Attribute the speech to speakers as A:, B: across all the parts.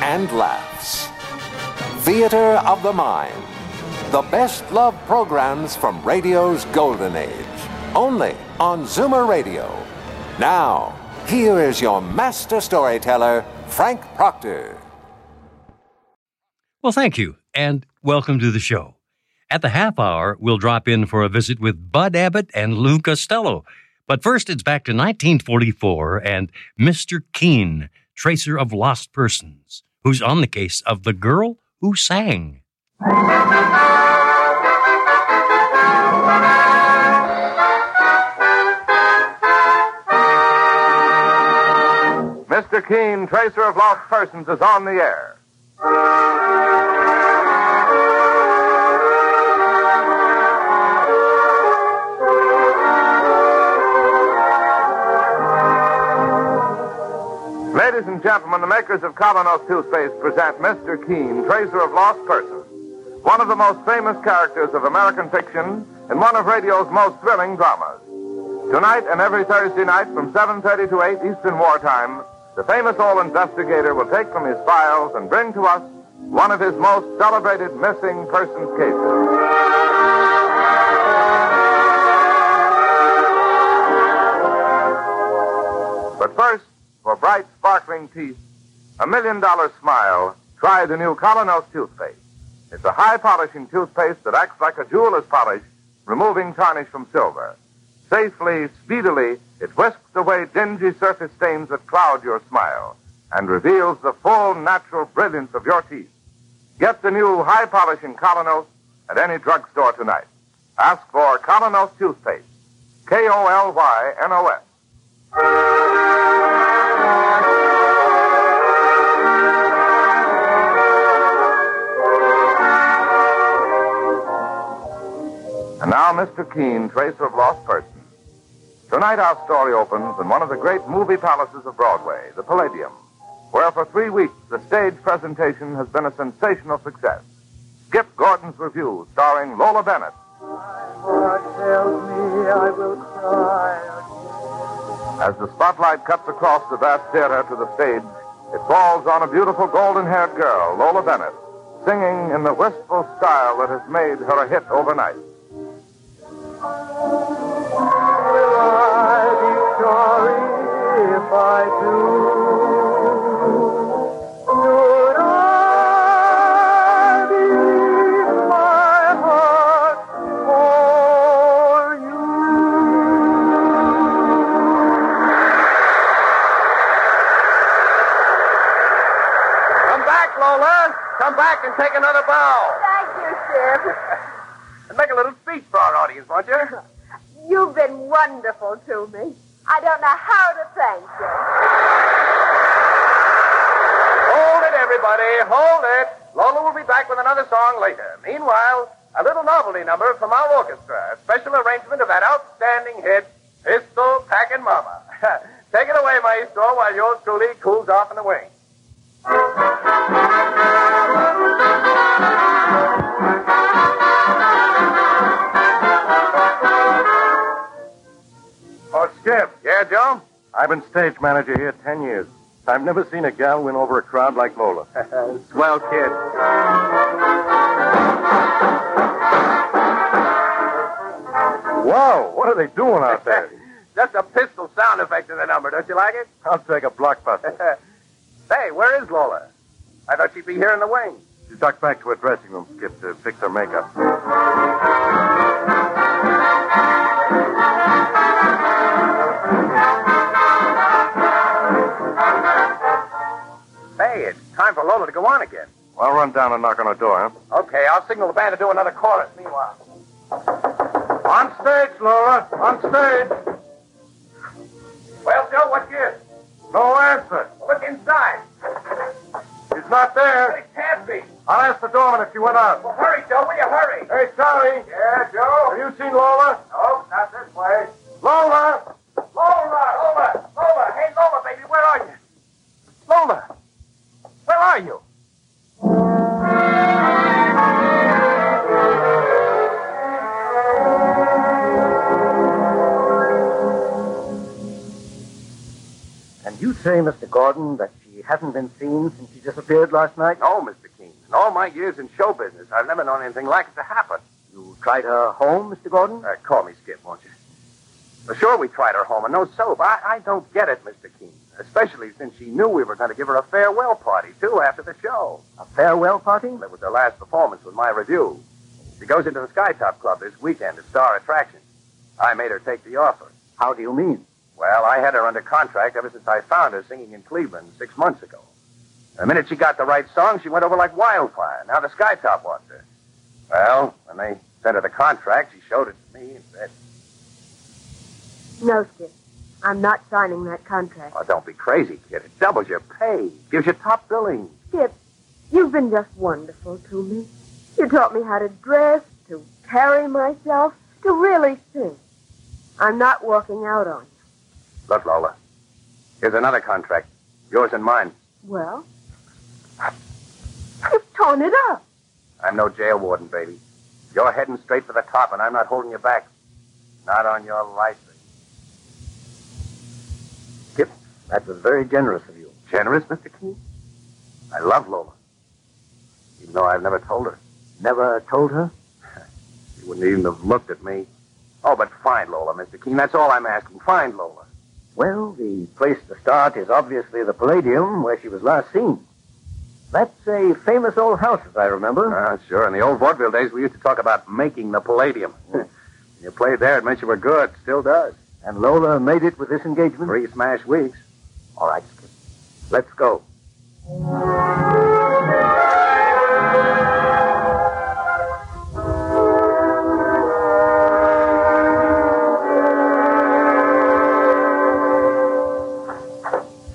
A: and laughs. Theater of the Mind. The best love programs from radio's golden age. Only on Zoomer Radio. Now, here is your master storyteller, Frank Proctor.
B: Well, thank you, and welcome to the show. At the half hour, we'll drop in for a visit with Bud Abbott and Lou Costello. But first, it's back to 1944 and Mr. Keene, Tracer of Lost Persons, who's on the case of the girl who sang.
C: Mr. Keene, tracer of lost persons, is on the air. Ladies and gentlemen, the makers of Kavanaugh Toothpaste present Mr. Keene, tracer of lost persons, one of the most famous characters of American fiction and one of radio's most thrilling dramas. Tonight and every Thursday night from 7.30 to 8 Eastern Wartime, the famous old investigator will take from his files and bring to us one of his most celebrated missing persons cases. But first, for bright, sparkling teeth, a million dollar smile, try the new Colonos toothpaste. It's a high polishing toothpaste that acts like a jeweler's polish, removing tarnish from silver. Safely, speedily, it whisks away dingy surface stains that cloud your smile and reveals the full natural brilliance of your teeth. Get the new high polishing Colonos at any drugstore tonight. Ask for Colonos toothpaste. K O L Y N O S. And now, Mr. Keene, Tracer of Lost Persons. Tonight, our story opens in one of the great movie palaces of Broadway, the Palladium, where for three weeks the stage presentation has been a sensational success. Skip Gordon's review, starring Lola Bennett,
D: Tell me I will cry.
C: As the spotlight cuts across the vast theater to the stage, it falls on a beautiful golden haired girl, Lola Bennett, singing in the wistful style that has made her a hit overnight.
D: I be sorry if I do. Should I leave my heart for you?
C: Come back, Lola! Come back and take another bow!
E: Thank you, Sib.
C: And make a little speech for our audience, won't you?
E: You've been wonderful to me. I don't know how to thank you.
C: Hold it, everybody! Hold it! Lola will be back with another song later. Meanwhile, a little novelty number from our orchestra, a special arrangement of that outstanding hit, Pistol Packin' Mama. Take it away, Maestro, while yours truly cools off in the wings. Oh, Skip. Yeah, Joe? I've been stage manager here ten years. I've never seen a gal win over a crowd like Lola. Swell kid. Whoa, what are they doing out there?
F: Just a pistol sound effect in the number. Don't you like it?
C: I'll take a blockbuster.
F: Hey, where is Lola? I thought she'd be here in the wings.
C: She ducked back to her dressing room, Skip, to fix her makeup.
F: Hey, it's time for Lola to go on again.
C: I'll run down and knock on her door, huh?
F: Okay, I'll signal the band to do another chorus meanwhile.
C: On stage, Laura! On stage!
F: Well, Joe, what's yours?
C: No
G: No answer.
H: Look inside.
G: She's not there.
H: It can't be.
G: I'll ask the doorman if she went out.
H: Well, hurry, Joe. Will you hurry?
G: Hey, Charlie.
H: Yeah, Joe.
G: Have you seen Lola?
H: No, not this way.
G: Lola!
H: Lola, Lola, Lola. Hey, Lola, baby, where are you?
G: Lola! Where are you?
D: And you say, Mr. Gordon, that she hasn't been seen since she disappeared last night?
H: No, Mr. Keene. In all my years in show business, I've never known anything like it to happen.
D: You tried her home, Mr. Gordon?
H: Uh, call me Skip, won't you? Well, sure, we tried her home and no soap. I, I don't get it, Mr. Keene. Especially since she knew we were going to give her a farewell party, too, after the show.
D: A farewell party?
H: That was her last performance with my review. She goes into the Skytop Club this weekend at Star Attraction. I made her take the offer.
D: How do you mean?
H: Well, I had her under contract ever since I found her singing in Cleveland six months ago. The minute she got the right song, she went over like wildfire. Now the Skytop wants her. Well, when they sent her the contract, she showed it to me and said,
E: No, Skip. I'm not signing that contract.
H: Oh, don't be crazy, kid. It doubles your pay, gives you top billing.
E: Skip, you've been just wonderful to me. You taught me how to dress, to carry myself, to really think. I'm not walking out on you.
H: Look, Lola, here's another contract. Yours and mine.
E: Well, you've torn it up.
H: I'm no jail warden, baby. You're heading straight for the top, and I'm not holding you back. Not on your life.
D: Skip, that was very generous of you.
H: Generous, Mr. Keene? I love Lola. Even though I've never told her.
D: Never told her?
H: She wouldn't even have looked at me. Oh, but find Lola, Mr. Keene. That's all I'm asking. Find Lola.
D: Well, the place to start is obviously the Palladium where she was last seen. That's a famous old house, as I remember.
H: Ah, sure. In the old vaudeville days, we used to talk about making the Palladium. When you played there, it meant you were good. Still does.
D: And Lola made it with this engagement?
H: Three smash weeks.
D: All right, Skip. Let's go.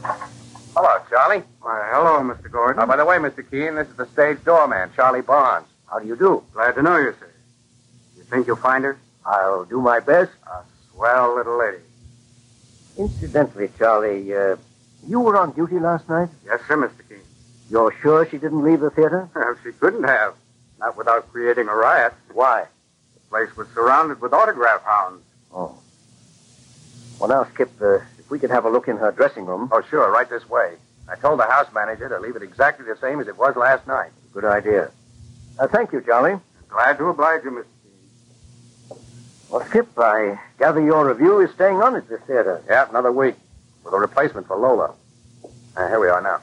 H: Hello, Charlie.
C: Why, hello, Mr. Gordon.
H: Oh, by the way, Mr. Keene, this is the stage doorman, Charlie Barnes.
D: How do you do?
C: Glad to know you, sir. You think you'll find her?
D: I'll do my best.
C: A swell little lady.
D: Incidentally, Charlie, uh, you were on duty last night?
C: Yes, sir, Mr. Keene.
D: You're sure she didn't leave the theater?
C: Well, she couldn't have. Not without creating a riot.
D: Why?
C: The place was surrounded with autograph hounds.
D: Oh. Well, now, Skip, uh, if we could have a look in her dressing room.
H: Oh, sure, right this way. I told the house manager to leave it exactly the same as it was last night.
D: Good idea. Uh, thank you, Charlie.
C: Glad to oblige you, Mr. Keene.
D: Well, Skip, I gather your review is staying on at this theater.
H: Yeah, another week. With a replacement for Lola. Uh, here we are now.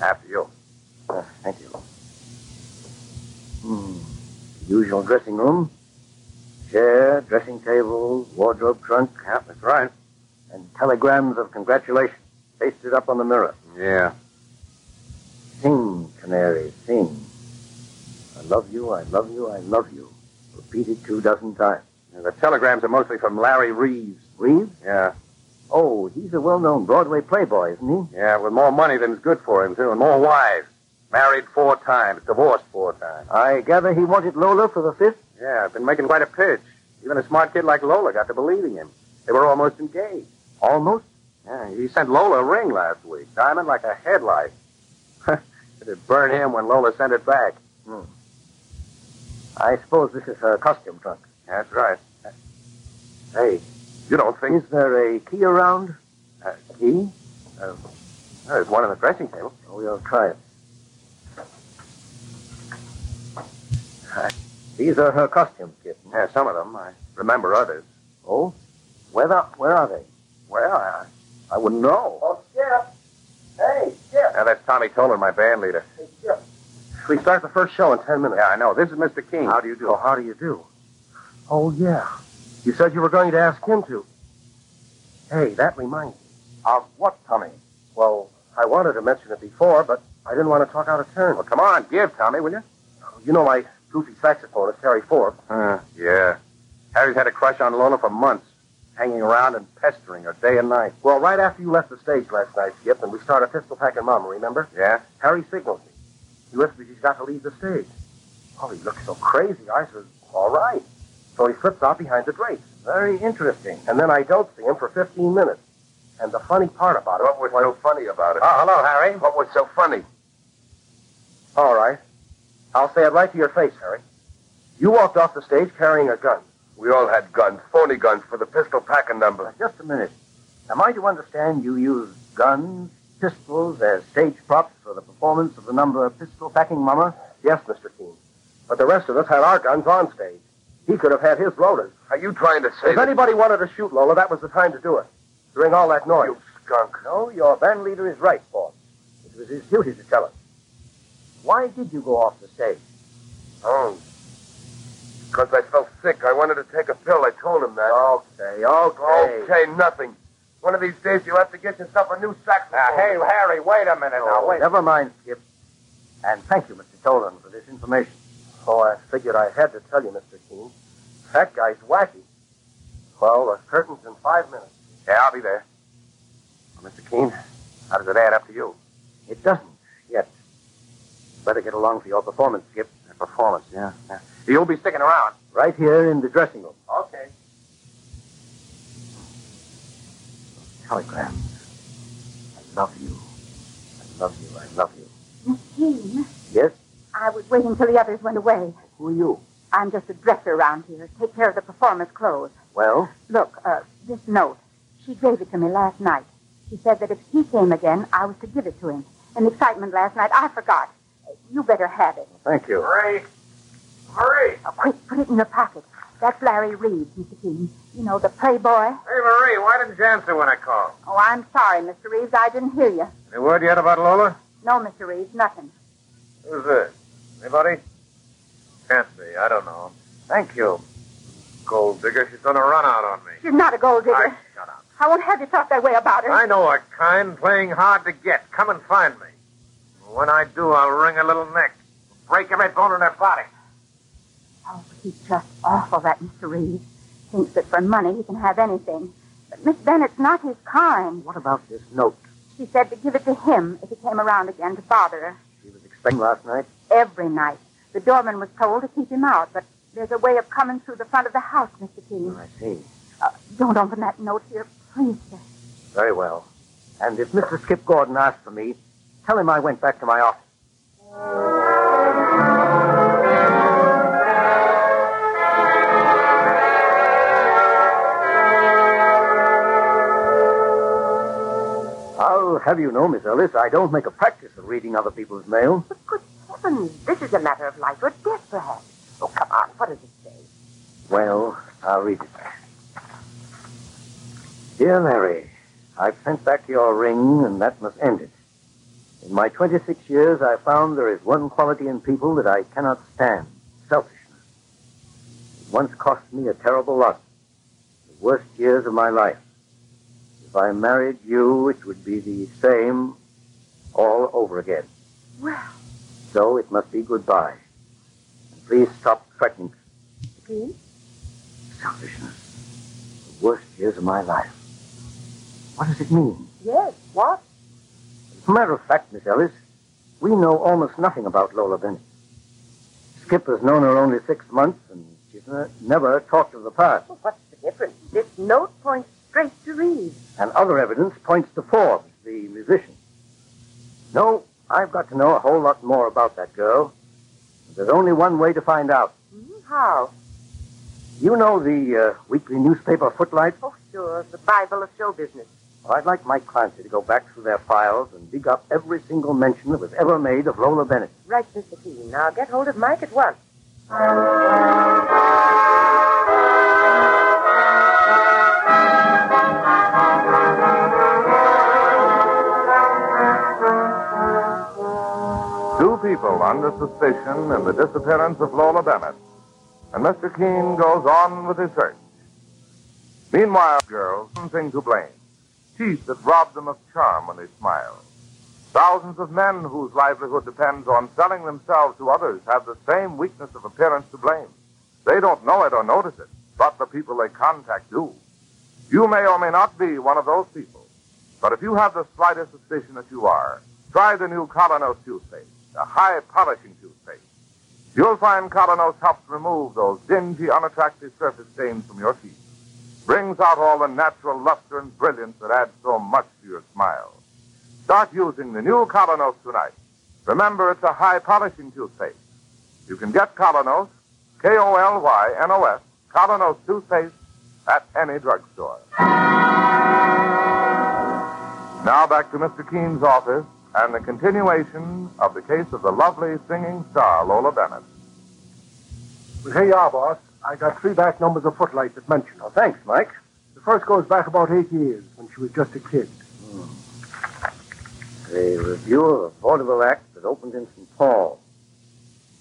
H: After you.
D: Uh, thank you. Hmm. Usual dressing room. Chair, dressing table, wardrobe trunk,
H: Yeah, that's right.
D: and telegrams of congratulations pasted up on the mirror.
H: Yeah.
D: Sing, canary, sing. I love you, I love you, I love you. Repeated two dozen times.
H: The telegrams are mostly from Larry Reeves.
D: Reeves?
H: Yeah.
D: Oh, he's a well-known Broadway playboy, isn't he?
H: Yeah, with more money than's good for him, too, and more wives. Married four times, divorced four times.
D: I gather he wanted Lola for the fifth.
H: Yeah, I've been making quite a pitch. Even a smart kid like Lola got to believing him. They were almost engaged.
D: Almost.
H: Yeah, he sent Lola a ring last week, diamond like a headlight. It'd burn him when Lola sent it back.
D: Hmm. I suppose this is her costume trunk.
H: That's right.
D: Hey,
H: You don't think
D: is there a key around?
H: uh, he? Uh, there's one on the dressing table.
D: Oh, we'll try it. Hi. These are her costumes, Kip.
H: Yeah, some of them. I remember others.
D: Oh? Where, the, where are they?
H: Well, I, I wouldn't know.
D: Oh, Skip. Hey, Skip.
H: Yeah, that's Tommy Tolan, my band leader.
D: Hey, Skip.
H: We start the first show in ten minutes. Yeah, I know. This is Mr. King.
D: How do you do? Oh, how do you do? Oh, yeah. You said you were going to ask him to. Hey, that reminds me. Of what, Tommy? Well, I wanted to mention it before, but I didn't want to talk out of turn.
H: Well, come on, give, Tommy, will you?
D: You know my goofy saxophonist, Harry Forbes.
H: yeah. Harry's had a crush on Lola for months.
F: hanging around and pestering her day and night.
I: Well, right after you left the stage last night, Skip, and we started pistol packing Mama, remember?
F: Yeah?
I: Harry signals me. He listens he's got to leave the stage. Oh, he looks so crazy. I says, all right. So he slips out behind the drapes.
F: Very interesting.
I: And then I don't see him for 15 minutes. And the funny part about it.
F: What was so funny about it?
I: Oh, hello, Harry.
F: What was so funny?
I: All right. I'll say it right to your face, Harry. You walked off the stage carrying a gun.
F: We all had guns, phony guns for the pistol packing number.
H: Just a minute. Am I to understand you used guns, pistols, as stage props for the performance of the number Pistol Packing Mama?
I: Yes, Mr. Keene. But the rest of us had our guns on stage. He could have had his loaded.
F: Are you trying to say
I: If
F: that
I: anybody wanted to shoot Lola, that was the time to do it. During all that noise.
F: you skunk?
H: No, your band leader is right, Boss. It was his duty to tell us. Why did you go off the stage?
F: Oh. Because I felt sick. I wanted to take a pill. I told him that.
H: Okay, okay.
F: Okay, nothing. One of these days you'll have to get yourself a new saxophone.
H: Now, hey,
F: Harry, wait a minute.
H: No, Oh, Never mind, Skip. And thank you, Mr. Tolan, for this information.
I: Oh, I figured I had to tell you, Mr. Keene. That guy's wacky. Well, the curtain's in five minutes.
F: Yeah, I'll be there. Well, Mr. Keene, how does it add up to you?
H: It doesn't yet. Better get along for your performance, Skip.
F: Performance, yeah. yeah. You'll be sticking around.
H: Right here in the dressing room. Oh,
F: Okay.
H: Telegram. I love you. I love you. I love you.
J: Keene,
H: Yes?
J: I was waiting till the others went away.
H: Who are you?
J: I'm just a dresser around here. Take care of the performance clothes.
H: Well,
J: Look, uh, this note. She gave it to me last night. She said that if he came again, I was to give it to him. In the excitement last night, I forgot. Uh, You better have it.
H: thank you.
F: Hurry. Hurry.
J: Uh, quick, put it in your pocket. That's Larry Reed, Mr. Keene. You know, the playboy.
K: Hey, Marie, why didn't you answer when I called?
J: Oh, I'm sorry, Mr. Reeves. I didn't hear you.
K: Any word yet about Lola?
J: No, Mr. Reeves, nothing.
K: Who's this? Anybody? Can't be. I don't know.
H: Thank you.
K: Gold digger. She's done a run out on me.
J: She's not a gold digger.
K: I, shut up.
J: I won't have you talk that way about her.
K: I know a kind playing hard to get. Come and find me. When I do, I'll wring her little neck. Break every bone in her body.
J: Oh, he's just awful, that Mr. Reeves. Thinks that for money he can have anything. But Miss Bennett's not his kind.
H: What about this note
J: She said to give it to him if he came around again to bother her.
H: she was expecting last night?
J: Every night. The doorman was told to keep him out, but there's a way of coming through the front of the house, Mr. King.
H: I see.
J: Uh, don't open that note here, please, sir.
H: Very well. And if Mr. Skip Gordon asked for me, tell him I went back to my office. I'll have you know, Miss Ellis, I don't make a practice of reading other people's mail.
E: But good heavens, this is a matter of life or death, perhaps. Oh, come on, what does it say?
H: Well, I'll read it. Dear Larry, I've sent back your ring, and that must end it. In my 26 years, I've found there is one quality in people that I cannot stand selfishness. It once cost me a terrible lot, the worst years of my life. If I married you, it would be the same all over again.
E: Well,
H: So it must be goodbye. And please stop threatening
E: please.
H: Selfishness. The worst years of my life. What does it mean?
E: Yes, what?
H: As a matter of fact, Miss Ellis, we know almost nothing about Lola Bennett. Skip has known her only six months, and she's ne- never talked of the past.
E: Well, what's the difference? This note points straight to Reeves.
H: And other evidence points to Forbes, the musician. No, I've got to know a whole lot more about that girl. There's only one way to find out.
E: Hmm, How?
H: You know the uh, weekly newspaper Footlight?
E: Oh, sure, the Bible of show business.
H: Well, I'd like my Clancy to go back through their files and dig up every single mention that was ever made of Lola Bennett.
E: Right, Mr. Keene. Now get hold of Mike at once.
C: Two people under suspicion in the disappearance of Lola Bennett. And Mr. Keene goes on with his search. Meanwhile, girls, something to blame. Teeth that rob them of charm when they smile. Thousands of men whose livelihood depends on selling themselves to others have the same weakness of appearance to blame. They don't know it or notice it, but the people they contact do. You may or may not be one of those people, but if you have the slightest suspicion that you are, try the new Colonos toothpaste, a high polishing toothpaste. You'll find Colonos helps remove those dingy, unattractive surface stains from your teeth, brings out all the natural luster and brilliance that adds so much to your smile. Start using the new Colonos tonight. Remember, it's a high polishing toothpaste. You can get Colonos, K-O-L-Y-N-O-S, Colonos toothpaste at any drugstore. Now back to Mr. Keane's office and the continuation of the case of the lovely singing star, Lola Bennett.
I: Well, here you are, boss. I got three back numbers of Footlight that mention her. Thanks, Mike. The first goes back about eight years when she was just a kid.
H: Hmm. A review of a vaudeville act that opened in St. Paul.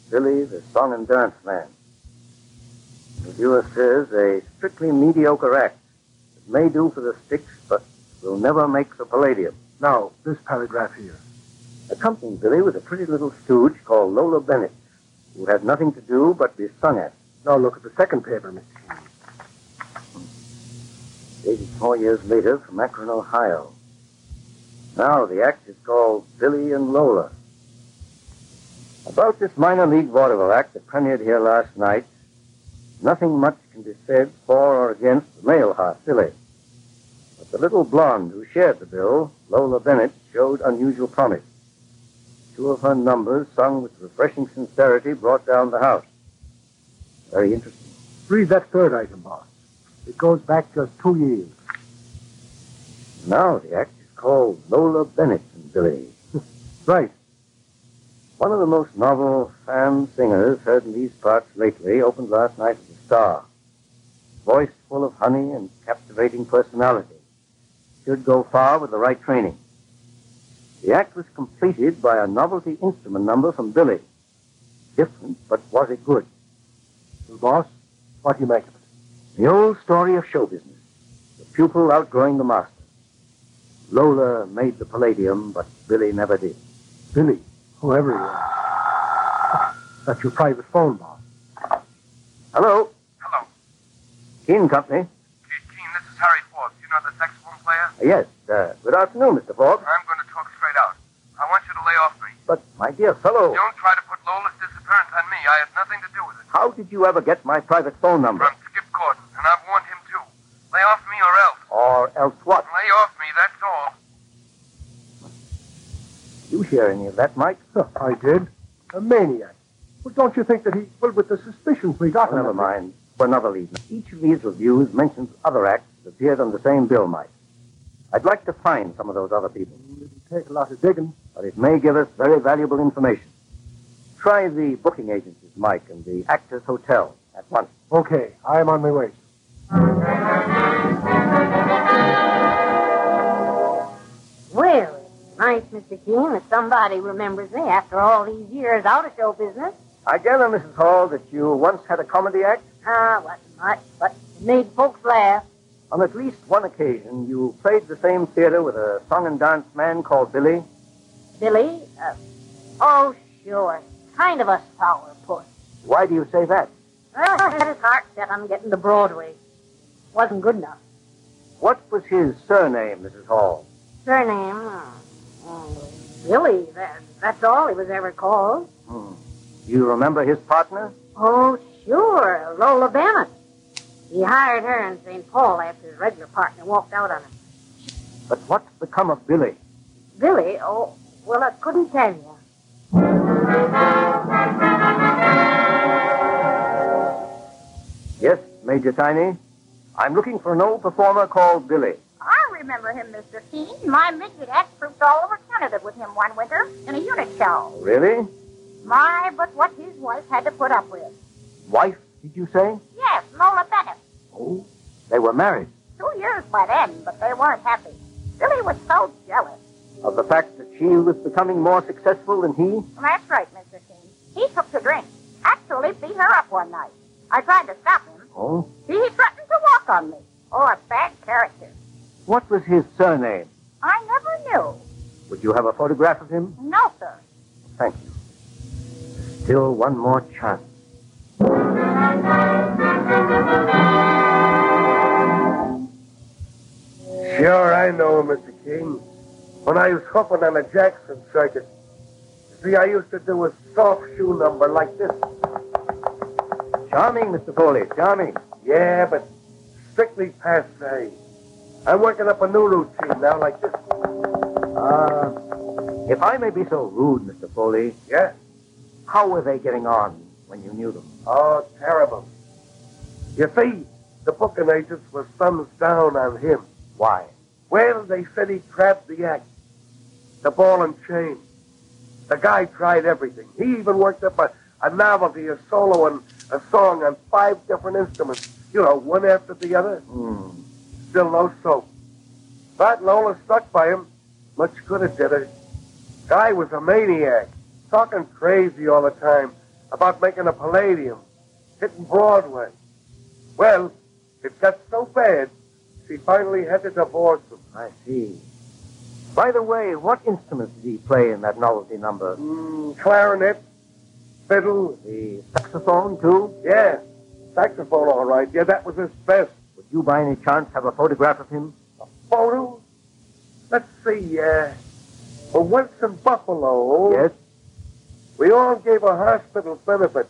H: Billy, the song and dance man. The reviewer says a strictly mediocre act that may do for the sticks, but will never make the palladium.
I: Now, this paragraph here.
H: Accompanying Billy was a pretty little stooge called Lola Bennett, who had nothing to do but be sung at.
I: Now look at the second paper, Mr.
H: Eighty-four years later, from Akron, Ohio. Now the act is called Billy and Lola. About this minor league vaudeville act that premiered here last night, nothing much can be said for or against the male half, Billy. But the little blonde who shared the bill, Lola Bennett, showed unusual promise. Two of her numbers, sung with refreshing sincerity, brought down the house. Very interesting.
I: Read that third item, boss. It goes back just two years.
H: Now the act is called Lola Bennett and Billy.
I: Right.
H: One of the most novel fan singers heard in these parts lately opened last night with a star. Voice full of honey and captivating personality. Should go far with the right training. The act was completed by a novelty instrument number from Billy. Different, but was it good?
I: Well, boss, what do you make of it?
H: The old story of show business. The pupil outgrowing the master. Lola made the palladium, but Billy never did.
I: Billy, whoever he was. That's your private phone, boss.
H: Hello?
K: Hello.
H: Keene Company?
K: Keene, this is Harry Forbes. You know the saxophone player?
H: Yes. Uh, good afternoon, Mr. Forbes.
K: I'm going to talk straight out. I want you to lay off me.
H: But, my dear fellow,
K: Don't try to put Lola's disappearance on me. I had nothing to do with it.
H: how did you ever get my private phone number?
K: From Skip Gordon, and I've warned him too. Lay off me or else.
H: Or else what?
K: Lay off me, that's all.
H: You hear any of that, Mike?
I: Huh, I did. A maniac. Well, don't you think that he, well, with the suspicions we got
H: Oh, never mind. For another lead. Each of these reviews mentions other acts that appeared on the same bill, Mike. I'd like to find some of those other people,
I: It'll take a lot of digging.
H: but it may give us very valuable information. Try the booking agencies, Mike, and the Actors Hotel at once.
I: Okay, I am on my way.
L: Well, it's nice, Mr. Keene, that somebody remembers me after all these years out of show business.
H: I gather, Mrs. Hall, that you once had a comedy act.
L: Ah, wasn't much, but it made folks laugh.
H: On at least one occasion, you played the same theater with a song and dance man called Billy.
L: Billy, uh, oh, sure, kind of a sourpuss.
H: Why do you say that?
L: Well, he had his heart set on getting to Broadway. Wasn't good enough.
H: What was his surname, Mrs. Hall?
L: Surname, hmm, hmm, Billy, that, that's all he was ever called.
H: Hmm. Do you remember his partner?
L: Oh, sure, Lola Bennett. He hired her in St. Paul after his regular partner walked out on him.
H: But what's become of Billy?
L: Billy, oh, well, I couldn't tell you.
H: Yes, Major Tiny. I'm looking for an old performer called Billy.
M: I remember him, Mr. Keene. My midget act trooped all over Canada with him one winter in a unit show.
H: Really?
M: My, but what his wife had to put up with.
H: Wife, did you say?
M: Yes, Lola Bennett.
H: Oh, they were married.
M: Two years by then, but they weren't happy. Billy was so jealous.
H: Of the fact that she was becoming more successful than he?
M: That's right, Mr. Keene. He took to drink. Actually beat her up one night. I tried to stop him.
H: Oh?
M: He threatened to walk on me. Oh, a bad character.
H: What was his surname?
M: I never knew.
H: Would you have a photograph of him?
M: No, sir.
H: Thank you. Still one more chance.
I: Sure, I know him, Mr. King. When I was hooping on the Jackson circuit, you see, I used to do a soft shoe number like this.
H: Charming, Mr. Foley, charming.
I: Yeah, but strictly passe. I'm working up a new routine now like this.
H: Uh, if I may be so rude, Mr. Foley.
I: Yeah?
H: How were they getting on when you knew them?
I: Oh, terrible. You see, the booking agents were thumbs down on him.
H: Why?
I: Well, they said he trapped the act. The ball and chain. The guy tried everything. He even worked up a, a novelty, a solo, and a song on five different instruments. You know, one after the other.
H: Hmm.
I: Still no soap. But Lola stuck by him. Much good it did her. Guy was a maniac. Talking crazy all the time about making a palladium. Hitting Broadway. Well, it got so bad, she finally had to divorce him.
H: I see. By the way, what instruments did he play in that novelty number?
I: Mm, clarinet, fiddle,
H: the saxophone, too?
I: Yeah, saxophone, all right. Yeah, that was his best.
H: Would you, by any chance, have a photograph of him?
I: Photo? Let's see, uh, well, once in Buffalo.
H: Yes?
I: We all gave a hospital benefit,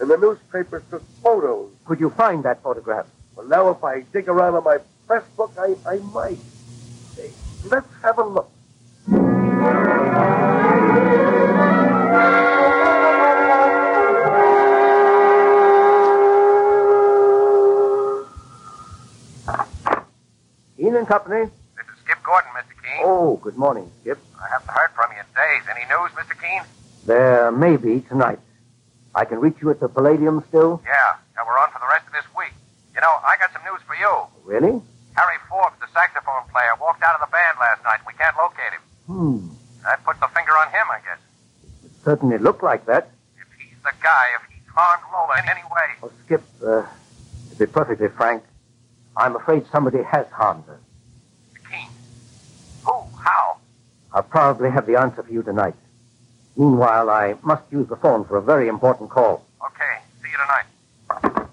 I: and the newspapers took photos.
H: Could you find that photograph?
I: Well, now if I dig around in my press book, I, I might. Hey, Let's have a look.
H: Keen and Company?
K: Skip Gordon, Mr. Keene.
H: Oh, good morning, Skip.
K: I haven't heard from you in days. Any news, Mr. Keene?
H: There may be tonight. I can reach you at the Palladium still?
K: Yeah. Yeah, we're on for the rest of this week. You know, I got some news for you.
H: Really?
K: Harry Forbes, the saxophone player, walked out of the band last night. We can't locate him.
H: Hmm.
K: That puts the finger on him, I guess.
H: Certainly looked like that.
K: He's the guy. If he harmed Lola in any way,
H: Oh, Skip, uh, to be perfectly frank, I'm afraid somebody has harmed her.
K: who? How?
H: I'll probably have the answer for you tonight. Meanwhile, I must use the phone for a very important call.
K: Okay. See you tonight.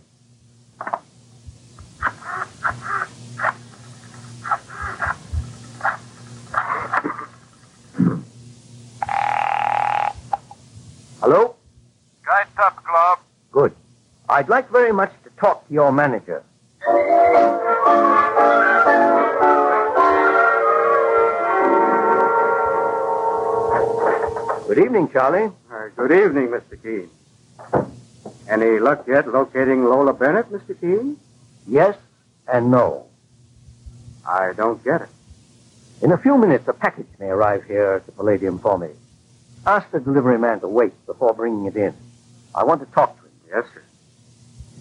H: Hello?
K: Guy up, Glob.
H: Good. I'd like very much to talk to your manager. Good evening, Charlie.
N: Uh, good evening, Mr. Keene. Any luck yet locating Lola Bennett, Mr. Keene?
H: Yes and no.
N: I don't get it.
H: In a few minutes, a package may arrive here at the Palladium for me. Ask the delivery man to wait before bringing it in. I want to talk to him.
N: Yes, sir.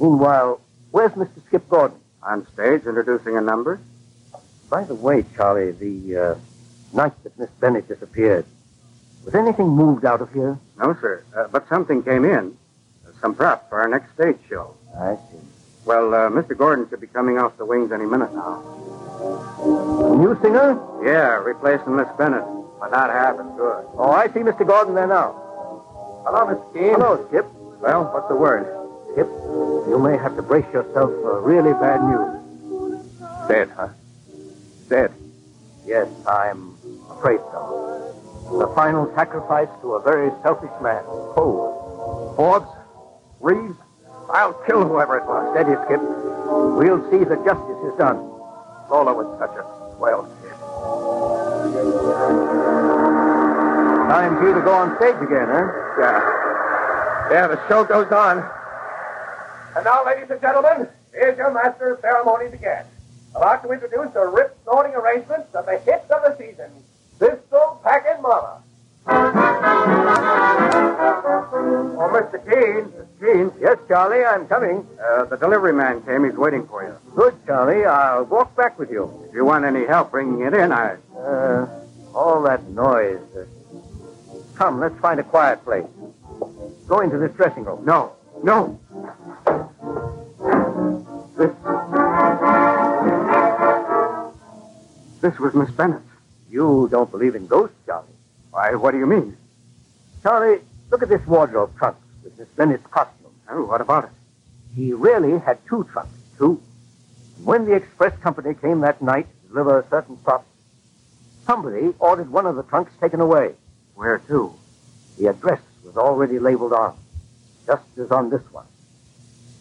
H: Meanwhile, where's Mr. Skip Gordon?
N: On stage, introducing a number.
H: By the way, Charlie, the uh, night that Miss Bennett disappeared, was anything moved out of here?
N: No, sir. Uh, but something came in. Uh, Some prep for our next stage show.
H: I see.
N: Well, uh, Mr. Gordon should be coming off the wings any minute now.
H: A new singer?
N: Yeah, replacing Miss Bennett. But not half as good.
H: Oh, I see Mr. Gordon there now.
N: Hello, Mr. Keene.
H: Hello, Skip.
N: Well, what's the word?
H: Skip, you may have to brace yourself for really bad news.
N: Dead, huh? Dead.
H: Yes, I'm afraid so. The final sacrifice to a very selfish man. Oh, Forbes, Reeves, I'll kill whoever it was. Steady, Skip. We'll see that justice is done. Lola was such a swell kid. Time for you to go on stage again, huh?
N: Yeah. Yeah, the show goes on.
I: And now, ladies and gentlemen, here's your master of ceremonies again. About to introduce the rip snorting arrangements of the hits of the season, Pistol Packin' Mama.
N: Oh, Mr. Keene. Keene?
H: Yes, Charlie, I'm coming.
N: Uh, the delivery man came. He's waiting for you.
H: Good, Charlie. I'll walk back with you.
N: If you want any help bringing it in, I.
H: Uh, all that noise. Uh, Come, let's find a quiet place. Go into this dressing room.
N: No, no. This. This was Miss Bennett.
H: You don't believe in ghosts, Charlie.
N: Why, what do you mean?
H: Charlie, look at this wardrobe trunk with Miss Bennett's costume.
N: Oh, what about it?
H: He really had two trunks, two. And when the express company came that night, it deliver certain property. Somebody ordered one of the trunks taken away. Where to? The address was already labeled on, just as on this one.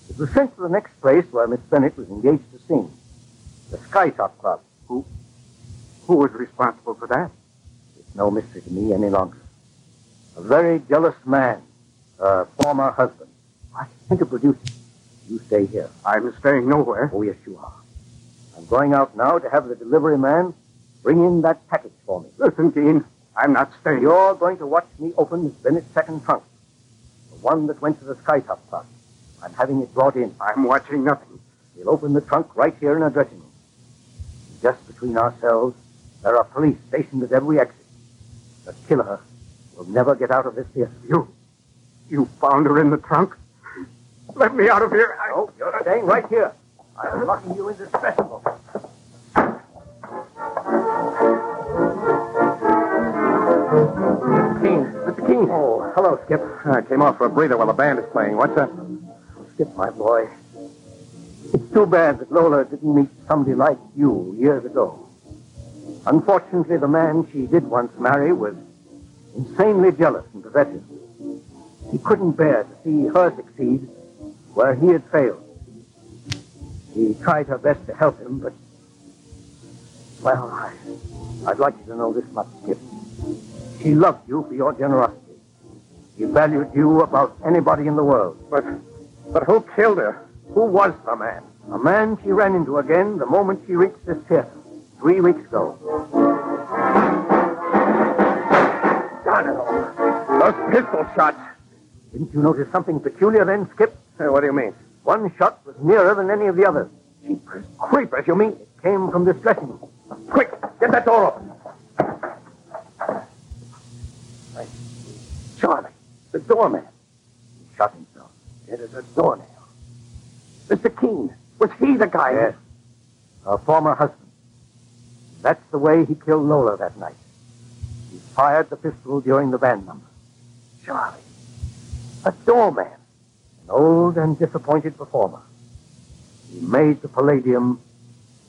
H: It was sent to the next place where Miss Bennett was engaged to sing, the Skytop Club. Who? Who was responsible for that? It's no mystery to me any longer. A very jealous man, a former husband. I think a producer. You stay here. I'm staying nowhere. Oh, yes, you are. I'm going out now to have the delivery man bring in that package for me. Listen, Dean, I'm not staying. You're going to watch me open Miss Bennett's second trunk, the one that went to the Skytop Club. I'm having it brought in. I'm watching nothing. We'll open the trunk right here in our dressing room. Just between ourselves, there are police stationed at every exit. The killer will never get out of this theater. You, you found her in the trunk?
N: Let me out of here. I...
H: No, you're staying right here. I'm locking you in this dressing room.
F: Mr. Keene. Oh, hello, Skip. I came off for a breather while the band is playing. What's up?
H: Skip, my boy. It's too bad that Lola didn't meet somebody like you years ago. Unfortunately, the man she did once marry was insanely jealous and possessive. He couldn't bear to see her succeed where he had failed. She tried her best to help him, but, well, I, I'd like you to know this much, Skip. She loved you for your generosity. She valued you above anybody in the world. But, but who killed her? Who was the man? A man she ran into again the moment she reached this theater, three weeks ago. Donald, those pistol shots. Didn't you notice something peculiar then, Skip? what do you mean? One shot was nearer than any of the others. Jeepers, creepers, you mean? It came from this dressing room. Quick, get that door open. Charlie, the doorman. He shot himself. It is a doornail. Mr. Keene, was he the guy? Yes. Her former husband. That's the way he killed Lola that night. He fired the pistol during the band number. Charlie. A doorman. An old and disappointed performer. He made the Palladium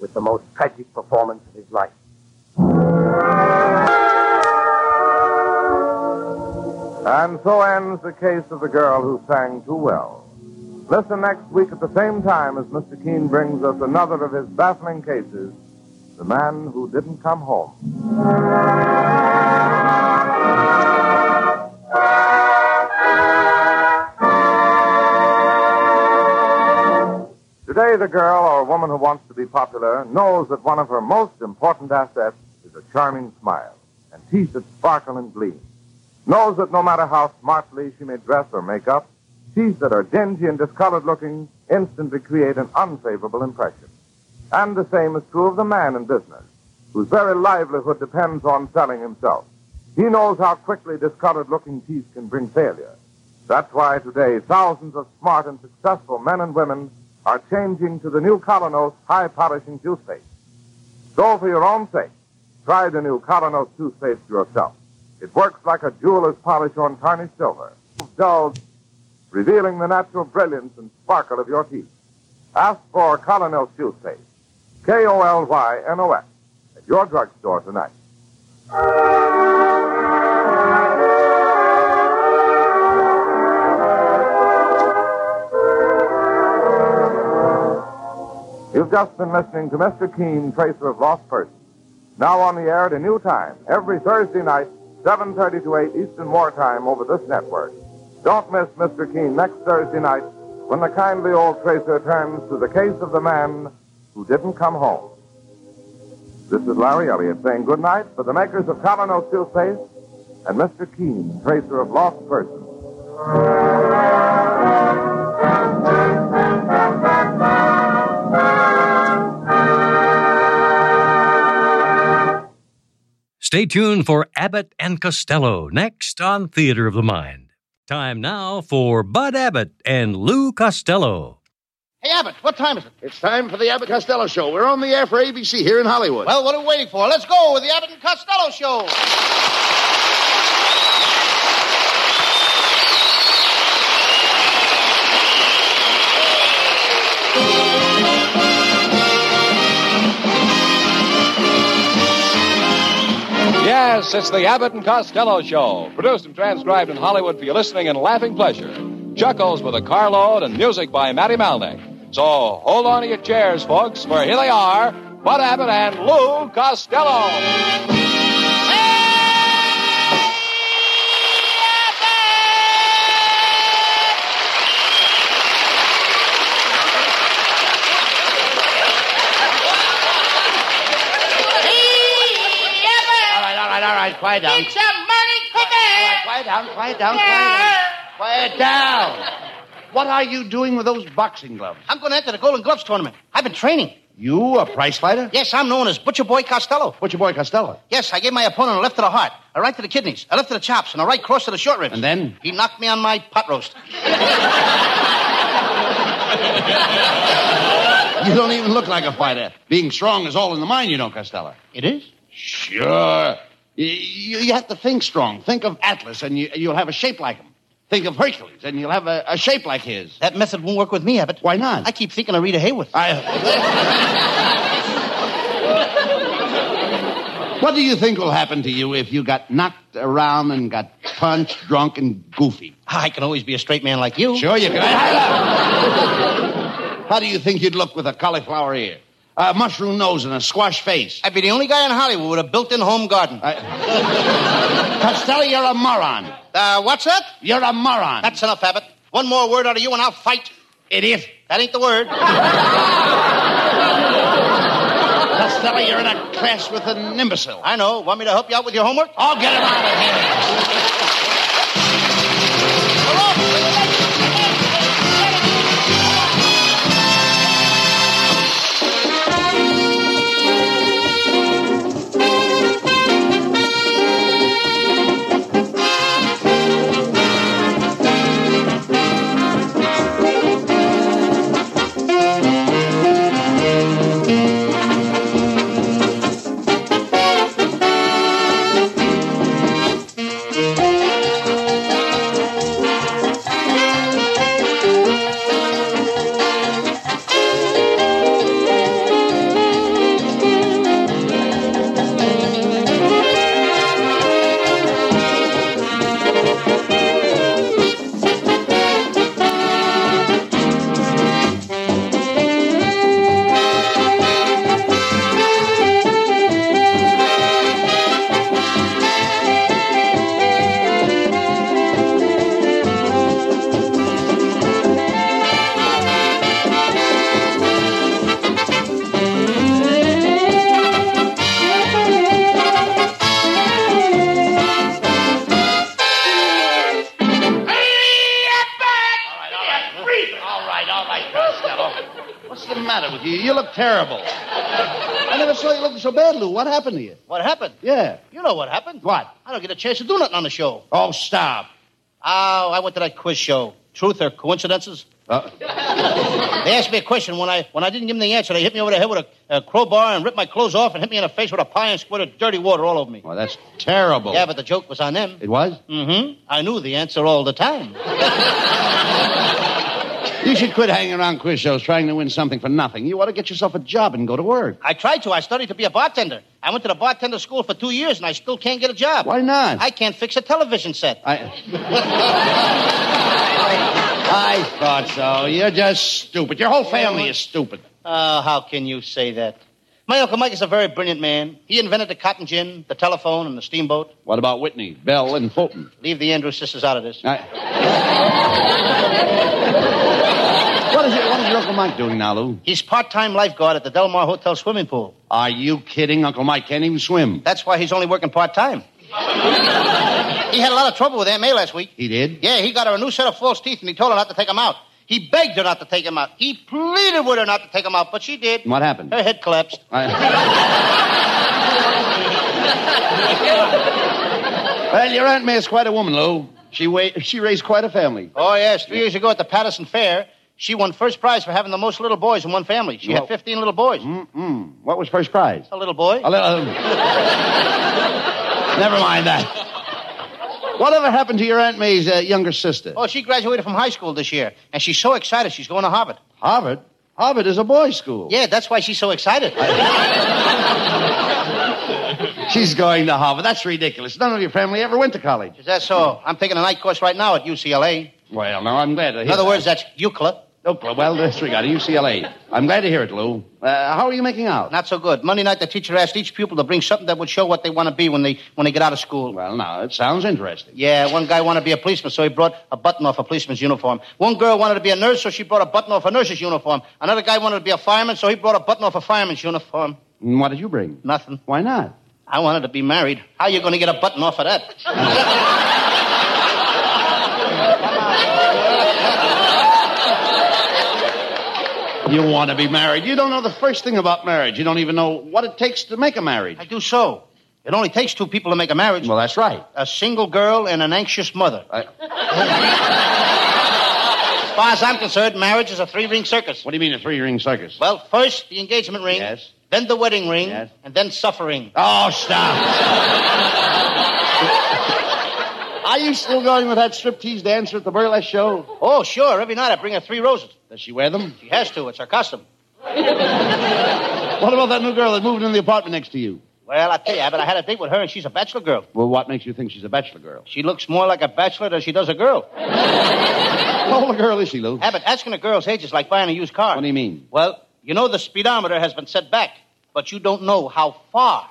H: with the most tragic performance of his life.
C: And so ends the case of the girl who sang too well. Listen next week at the same time as Mr. Keene brings us another of his baffling cases The Man Who Didn't Come Home. Today, the girl or woman who wants to be popular knows that one of her most important assets is a charming smile and teeth that sparkle and gleam. Knows that no matter how smartly she may dress or make up, teeth that are dingy and discolored looking instantly create an unfavorable impression. And the same is true of the man in business, whose very livelihood depends on selling himself. He knows how quickly discolored looking teeth can bring failure. That's why today thousands of smart and successful men and women are changing to the new Colonos high polishing toothpaste. So for your own sake, try the new Colonos toothpaste yourself. It works like a jeweler's polish on tarnished silver, dulls, revealing the natural brilliance and sparkle of your teeth. Ask for Colonel's toothpaste, K-O-L-Y-N-O-S, at your drugstore tonight. You've just been listening to Mr. Keene, Tracer of Lost Persons. Now on the air at a new time, every Thursday night, 7.30 to 8 Eastern Wartime over this network. Don't miss Mr. Keene next Thursday night when the kindly old tracer turns to the case of the man who didn't come home. This is Larry Elliott saying good night for the makers of Colonel Toothpaste and Mr. Keene, tracer of lost persons.
B: Stay tuned for Abbott and Costello next on Theater of the Mind. Time now for Bud Abbott and Lou Costello.
O: Hey, Abbott, what time is it? It's time for the Abbott Costello Show. We're on the air for ABC here in Hollywood.
P: Well, what are we waiting for? Let's go with the Abbott and Costello show.
Q: Yes, it's the Abbott and Costello Show, produced and transcribed in Hollywood for your listening and laughing pleasure. Chuckles with a carload and music by Matty Malnick. So hold on to your chairs, folks, for here they are, Bud Abbott and Lou Costello.
P: All right, all right, all right. Quiet down.
D: It's a money cookie!
P: Quiet down, quiet down, quiet down. Quiet down. What are you doing with those boxing gloves?
R: I'm going to enter the Golden Gloves tournament. I've been training.
P: You a prize fighter?
R: Yes, I'm known as Butcher Boy Costello.
P: Butcher Boy Costello.
R: Yes, I gave my opponent a left to the heart, a right to the kidneys, a left to the chops, and a right cross to the short ribs. And
P: then?
R: He knocked me on my pot roast.
O: You don't even look like a fighter. Being strong is all in the mind, you know, Costello.
R: It is?
O: Sure. You, you have to think strong. Think of Atlas, and you, you'll have a shape like him. Think of Hercules, and you'll have a, a shape like his.
R: That method won't work with me, Abbott.
O: Why not?
R: I keep thinking of Rita Hayworth.
O: I... What do you think will happen to you if you got knocked around and got punched, drunk, and goofy?
R: I can always be a straight man like you.
O: Sure, you can. How do you think you'd look with a cauliflower ear, a mushroom nose, and a squash face?
R: I'd be the only guy in Hollywood with a built-in home garden.
O: Costello, you're a moron.
R: Uh, what's that?
O: You're a moron.
R: That's enough, Abbott. One more word out of you and I'll fight.
O: Idiot.
R: That ain't the word.
O: Costello, you're in a clash with an imbecile.
R: I know. Want me to help you out with your homework?
O: I'll get him out of here.
P: All right, all right, Costello.
O: What's the matter with you? You look terrible. I never saw you looking so bad, Lou. What happened to you?
R: What happened?
O: Yeah.
R: You know what happened.
O: What?
R: I don't get a chance to do nothing on the show.
O: Oh, stop.
R: Oh, I went to that quiz show. Truth or coincidences?
O: Uh,
R: They asked me a question. When I when I didn't give them the answer, they hit me over the head with a, a crowbar and ripped my clothes off and hit me in the face with a pie and squirted dirty water all over me.
O: well, that's terrible.
R: Yeah, but the joke was on them.
O: It was?
R: Mm-hmm. I knew the answer all the time.
O: You should quit hanging around quiz shows trying to win something for nothing. You ought to get yourself a job and go to work.
R: I tried to. I studied to be a bartender. I went to the bartender school for two years and I still can't get a job.
O: Why not?
R: I can't fix a television set.
O: I. I thought so. You're just stupid. Your whole family is stupid.
R: Oh, how can you say that? My Uncle Mike is a very brilliant man. He invented the cotton gin, the telephone, and the steamboat.
O: What about Whitney, Bell, and Fulton?
R: Leave the Andrews sisters out of this.
O: I... What is, your, what is your Uncle Mike doing now, Lou?
R: He's part-time lifeguard at the Del Mar Hotel swimming pool.
O: Are you kidding? Uncle Mike can't even swim.
R: That's why he's only working part-time. he had a lot of trouble with Aunt May last week.
O: He did?
R: Yeah, he got her a new set of false teeth and he told her not to take them out. He begged her not to take them out. He pleaded with her not to take them out, but she did.
O: And what happened?
R: Her head collapsed.
O: Well, your Aunt May is quite a woman, Lou. She, wa- she raised quite a family.
R: Oh, yes. Three years ago at the Patterson Fair, she won first prize for having the most little boys in one family. She
O: Well-
R: had 15 little boys.
O: Mm-mm. What was first prize?
R: A little boy?
O: A little. never mind that. Whatever happened to your Aunt May's uh, younger sister?
R: Oh, she graduated from high school this year, and she's so excited she's going to Harvard.
O: Harvard? Harvard is a boys' school.
R: Yeah, that's why she's so excited.
O: She's going to Harvard. That's ridiculous. None of your family ever went to college.
R: Is that so? I'm taking a night course right now at UCLA.
O: Well, now I'm glad to hear.
R: In other
O: that.
R: words, that's UCLA.
O: UCLA. Well, disregard it. UCLA. I'm glad to hear it, Lou. Uh, how are you making out?
R: Not so good. Monday night, the teacher asked each pupil to bring something that would show what they want to be when they when they get out of school.
O: Well, now it sounds interesting.
R: Yeah, one guy wanted to be a policeman, so he brought a button off a policeman's uniform. One girl wanted to be a nurse, so she brought a button off a nurse's uniform. Another guy wanted to be a fireman, so he brought a button off a fireman's uniform.
O: And what did you bring?
R: Nothing.
O: Why not?
R: I wanted to be married. How you going to get a button off of that?
O: You want to be married. You don't know the first thing about marriage. You don't even know what it takes to make a marriage.
R: I do so. It only takes two people to make a marriage.
O: Well, that's right.
R: A single girl and an anxious mother. as far as I'm concerned, marriage is a three ring circus.
O: What do you mean a three ring circus?
R: Well, first the engagement ring.
O: Yes.
R: Then the wedding ring. And then suffering.
O: Oh, stop. Are you still going with that striptease dancer at the burlesque show?
R: Oh, sure. Every night I bring her three roses.
O: Does she wear them?
R: She has to. It's her custom.
O: What about that new girl that moved into the apartment next to you?
R: Well, I tell you, but I had a date with her, and she's a bachelor girl.
O: Well, what makes you think she's a bachelor girl?
R: She looks more like a bachelor than she does a girl.
O: How old a girl is she, Lou?
R: Abbott, asking a girl's age is like buying a used car.
O: What do you mean?
R: Well, you know the speedometer has been set back, but you don't know how far.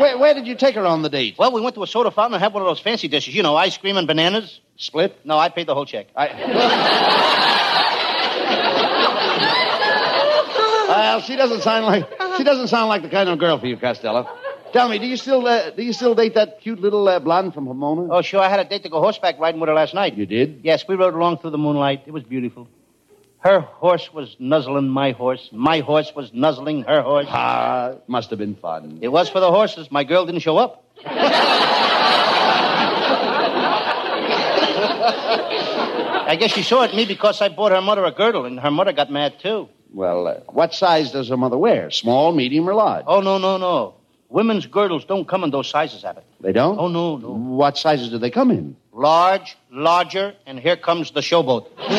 O: Where, where did you take her on the date?
R: Well, we went to a soda fountain and had one of those fancy dishes. You know, ice cream and bananas.
O: Split?
R: No, I paid the whole check.
O: Well, she doesn't sound like she doesn't sound like the kind of girl for you, Costello. Tell me, do you still uh, do you still date that cute little uh, blonde from Pomona?
R: Oh, sure, I had a date to go horseback riding with her last night.
O: You did?
R: Yes, we rode along through the moonlight. It was beautiful. Her horse was nuzzling my horse. My horse was nuzzling her horse.
O: Ah, must have been fun.
R: It was for the horses. My girl didn't show up. I guess she saw it in me because I bought her mother a girdle, and her mother got mad too.
O: Well, uh, what size does her mother wear? Small, medium, or large?
R: Oh no, no, no! Women's girdles don't come in those sizes, Abbott.
O: They don't.
R: Oh no, no!
O: What sizes do they come in?
R: Large, larger, and here comes the showboat.
D: I'm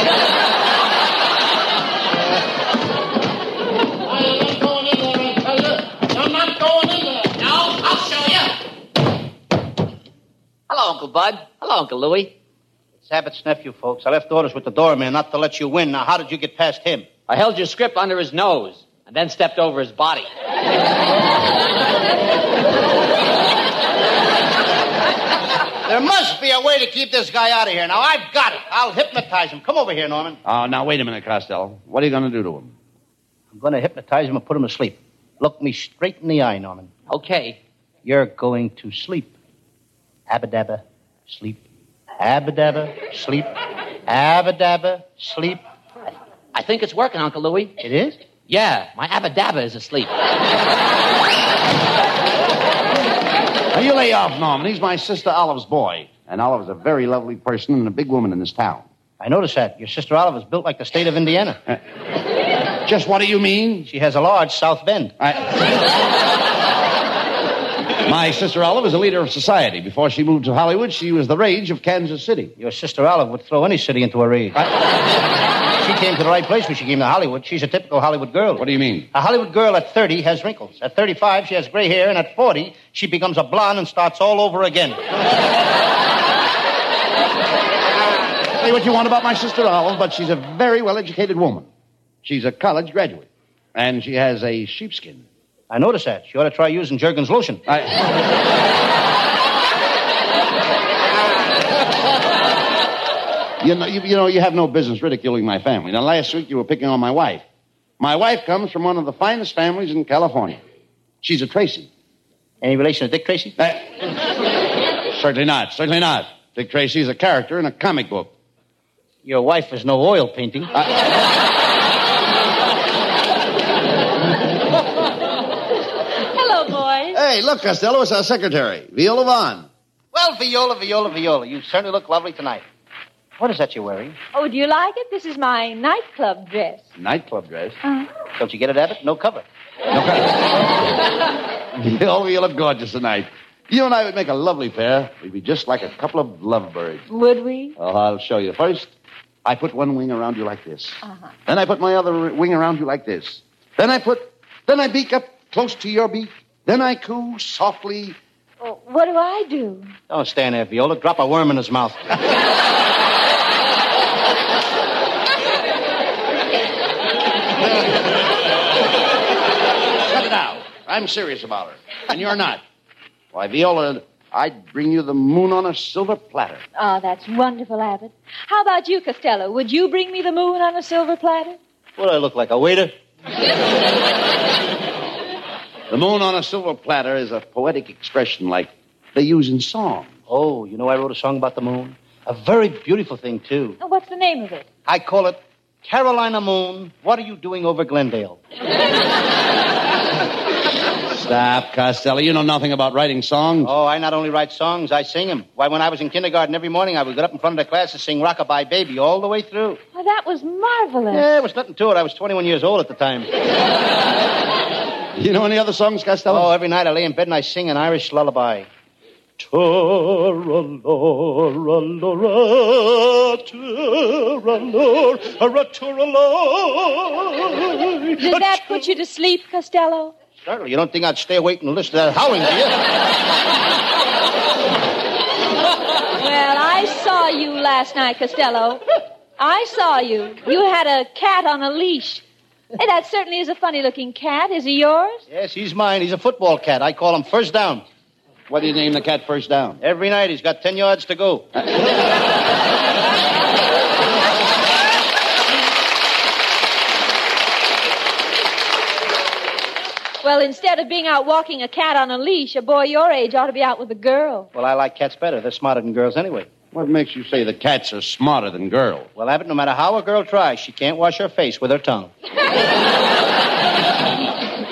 D: not going in there, I tell you. I'm not going in there. Now, I'll show you.
S: Hello, Uncle Bud. Hello, Uncle Louie.
R: It's Abbott's nephew, folks. I left orders with the doorman not to let you in. Now, how did you get past him?
S: I held your script under his nose and then stepped over his body.
R: There must be a way to keep this guy out of here. Now, I've got it. I'll hypnotize him. Come over here, Norman.
O: Oh, now wait a minute, Costello. What are you going to do to him?
R: I'm going to hypnotize him and put him asleep. Look me straight in the eye, Norman.
S: Okay.
R: You're going to sleep. Abadabba, sleep. Abadabba, sleep. Abadabba, sleep.
S: I think it's working, Uncle Louie.
R: It is?
S: Yeah, my abadabba is asleep.
O: Now you lay off, Norman. He's my sister Olive's boy, and Olive's a very lovely person and a big woman in this town.
R: I noticed that. Your sister Oliver's built like the state of Indiana.
O: Uh, Just what do you mean?
R: She has a large South Bend.
O: My sister Olive is a leader of society. Before she moved to Hollywood, she was the rage of Kansas City.
R: Your sister Olive would throw any city into a rage. she came to the right place when she came to Hollywood. She's a typical Hollywood girl.
O: What do you mean?
R: A Hollywood girl at 30 has wrinkles. At 35, she has gray hair, and at 40, she becomes a blonde and starts all over again.
O: Say what you want about my sister Olive, but she's a very well educated woman. She's a college graduate, and she has a sheepskin.
R: I noticed that. She ought to try using Jergens lotion.
O: I... you, know, you, you know, you have no business ridiculing my family. Now, last week you were picking on my wife. My wife comes from one of the finest families in California. She's a Tracy.
R: Any relation to Dick Tracy?
O: Uh, Certainly not. Certainly not. Dick Tracy is a character in a comic book.
R: Your wife is no oil painting.
T: Hello, boys.
O: Hey, look, Costello, it's our secretary, Viola Vaughn.
R: well, Viola, Viola, Viola, you certainly look lovely tonight. What is that you're wearing?
T: Oh, do you like it? This is my nightclub dress.
O: Nightclub dress.
R: Don't you get it, Abbott? No cover.
O: Viola, you Oh, look gorgeous tonight. You and I would make a lovely pair. We'd be just like a couple of lovebirds.
T: Would we?
O: Oh, I'll show you. First, I put one wing around you like this. Then I put my other wing around you like this. Then I put, then I beak up close to your beak. Then I coo softly.
T: Well, Oh, what do I do?
R: Don't stand there, Viola. Drop a worm in his mouth.
O: Cut it out. I'm serious about her, and you're not. Why, Viola, I'd bring you the moon on a silver platter.
T: Oh, that's wonderful, Abbott. How about you, Costello? Would you bring me the moon on a silver platter?
R: What do I look like, a waiter?
O: The moon on a silver platter is a poetic expression like they use in song.
R: Oh, you know I wrote a song about the moon. A very beautiful thing, too.
T: Oh, what's the name of it?
R: I call it Carolina Moon, What Are You Doing Over Glendale?
O: Stop, Costello. You know nothing about writing songs.
R: Oh, I not only write songs, I sing them. Why, when I was in kindergarten, every morning I would get up in front of the class and sing Rockabye Baby all the way through.
T: Why, that was marvelous.
R: Yeah, it was nothing to it. I was 21 years old at the time.
O: You know any other songs, Costello?
R: Oh, every night I lay in bed and I sing an Irish lullaby. Tra-la-la-la-la, tra-la-la-la-la-la.
T: Did that put you to sleep, Costello?
R: Certainly, you don't think I'd stay awake and listen to that howling, do you?
T: Well, I saw you last night, Costello. I saw you. You had a cat on a leash. Hey, that certainly is a funny looking cat. Is he yours?
R: Yes, he's mine. He's a football cat. I call him First Down.
O: What do you name the cat First Down?
R: Every night he's got 10 yards to go.
T: Well, instead of being out walking a cat on a leash, a boy your age ought to be out with a girl.
R: Well, I like cats better. They're smarter than girls anyway.
O: What makes you say the cats are smarter than girls?
R: Well, Abbott, no matter how a girl tries, she can't wash her face with her tongue.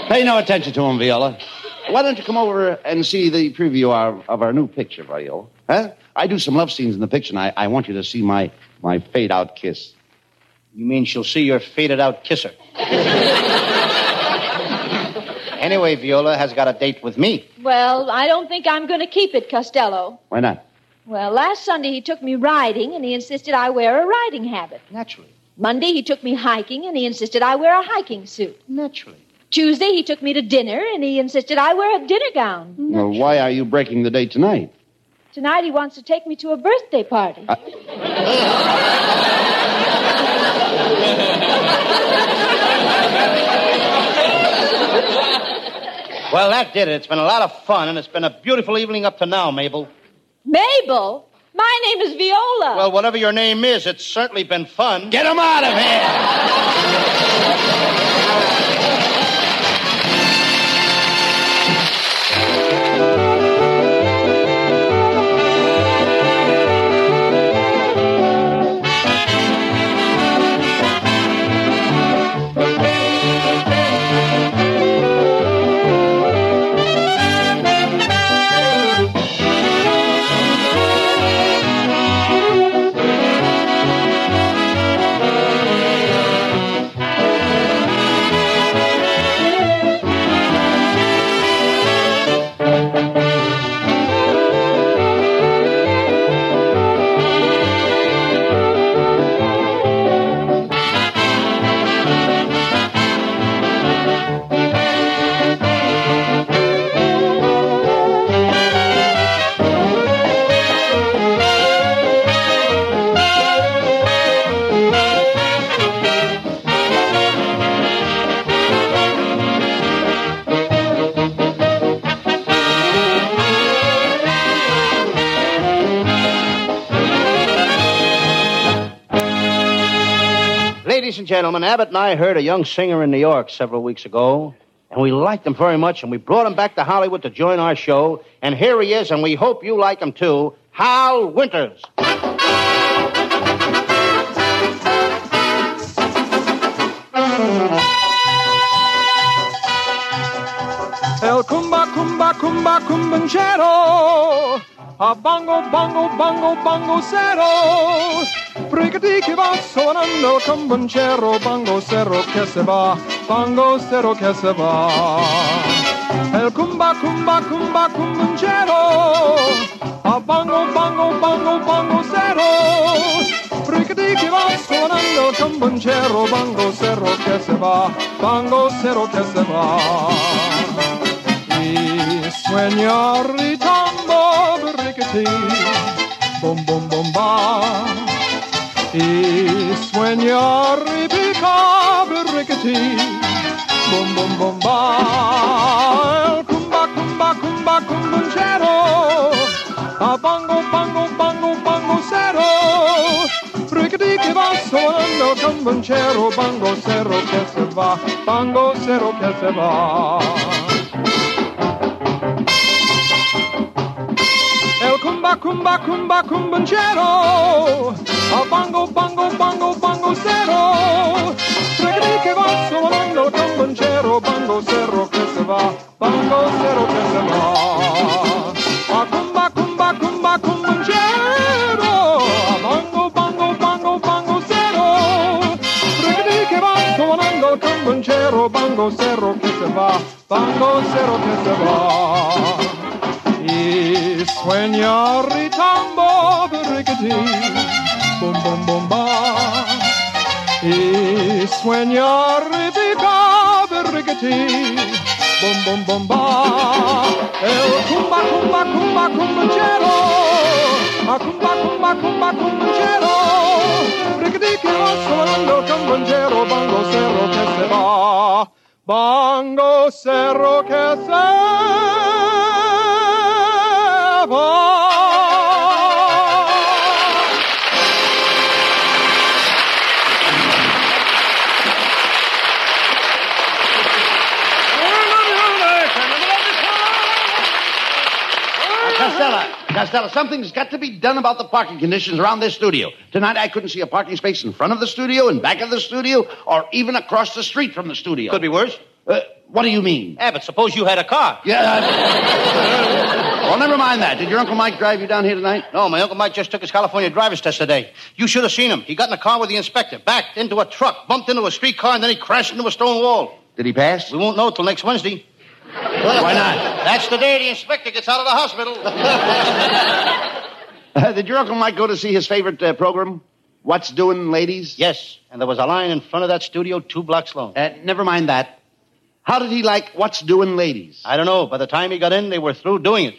O: Pay no attention to him, Viola. Why don't you come over and see the preview of, of our new picture, Viola? Huh? I do some love scenes in the picture, and I, I want you to see my, my fade out kiss.
R: You mean she'll see your faded out kisser? Anyway, Viola has got a date with me.
T: Well, I don't think I'm going to keep it, Costello.
R: Why not?
T: Well, last Sunday he took me riding, and he insisted I wear a riding habit.
R: Naturally.
T: Monday he took me hiking, and he insisted I wear a hiking suit.
R: Naturally.
T: Tuesday he took me to dinner, and he insisted I wear a dinner gown.
O: Well, why are you breaking the date tonight?
T: Tonight he wants to take me to a birthday party.
R: Well, that did it. It's been a lot of fun, and it's been a beautiful evening up to now, Mabel.
T: Mabel? My name is Viola.
R: Well, whatever your name is, it's certainly been fun.
O: Get him out of here!
R: Ladies and gentlemen, Abbott and I heard a young singer in New York several weeks ago, and we liked him very much, and we brought him back to Hollywood to join our show. And here he is, and we hope you like him too, Hal Winters.
U: El Kumba Kumba Kumba Kumbanchero. A bongo bongo bongo bongo cero. Brigadi que va sonando el cumbanchero. Bongo cero que se va. Bongo cero que se va. El Kumba Kumba Kumba Kumbanchero. A bongo bongo bongo bongo cero. Fricati che va suonando con bonchero, bango cero che se va, bango cero che se va. Y sueño ritombo, bricati, bom bom bom ba. Y sueño ripica, bricati, bom bom bom ba. El cumba cumba cumba cumbonchero, a bango bango bango bango cero. Fricati che va suonando con bonchero, bango cero che se va, bango cero che se va. El cumba cumba cumba cumbanchero A bongo bongo bongo bongo cero Reggae que va sonando el cumbanchero Bongo cero que se va Bongo cero que se va A cumba cumba cumba cumbanchero A bongo bongo bongo bongo cero Reggae que va sonando el cumbanchero Bongo cero que se va Bongo cero que se va Y sueño ritambo rickety, bum bum bum ba. Y sueño ripica rickety, bum bum bum ba. El cumba cumba cumba cumbanchero, a cumba cumba cumba cumbanchero. Rickety que va sonando cumbanchero, bango cerro que se va, bango cerro que se va.
O: Costello, Costello, something's got to be done about the parking conditions around this studio. Tonight, I couldn't see a parking space in front of the studio, in back of the studio, or even across the street from the studio. Could be worse. Uh, what do you mean? Yeah, but suppose you had a car. Yeah. uh, well, never mind that. Did your Uncle Mike drive you down here tonight?
R: No, my Uncle Mike just took his California driver's test today. You should have seen him. He got in a car with the inspector, backed into a truck, bumped into a streetcar, and then he crashed into a stone wall.
O: Did he pass?
R: We won't know till next Wednesday. Why not? That's the day the inspector gets out of the hospital.
O: Uh, did your Uncle Mike go to see his favorite uh, program, What's Doing Ladies?
R: yes, and there was a line in front of that studio two blocks long.
O: Uh, never mind that. How did he like What's Doing Ladies?
R: I don't know. By the time he got in, they were through doing it.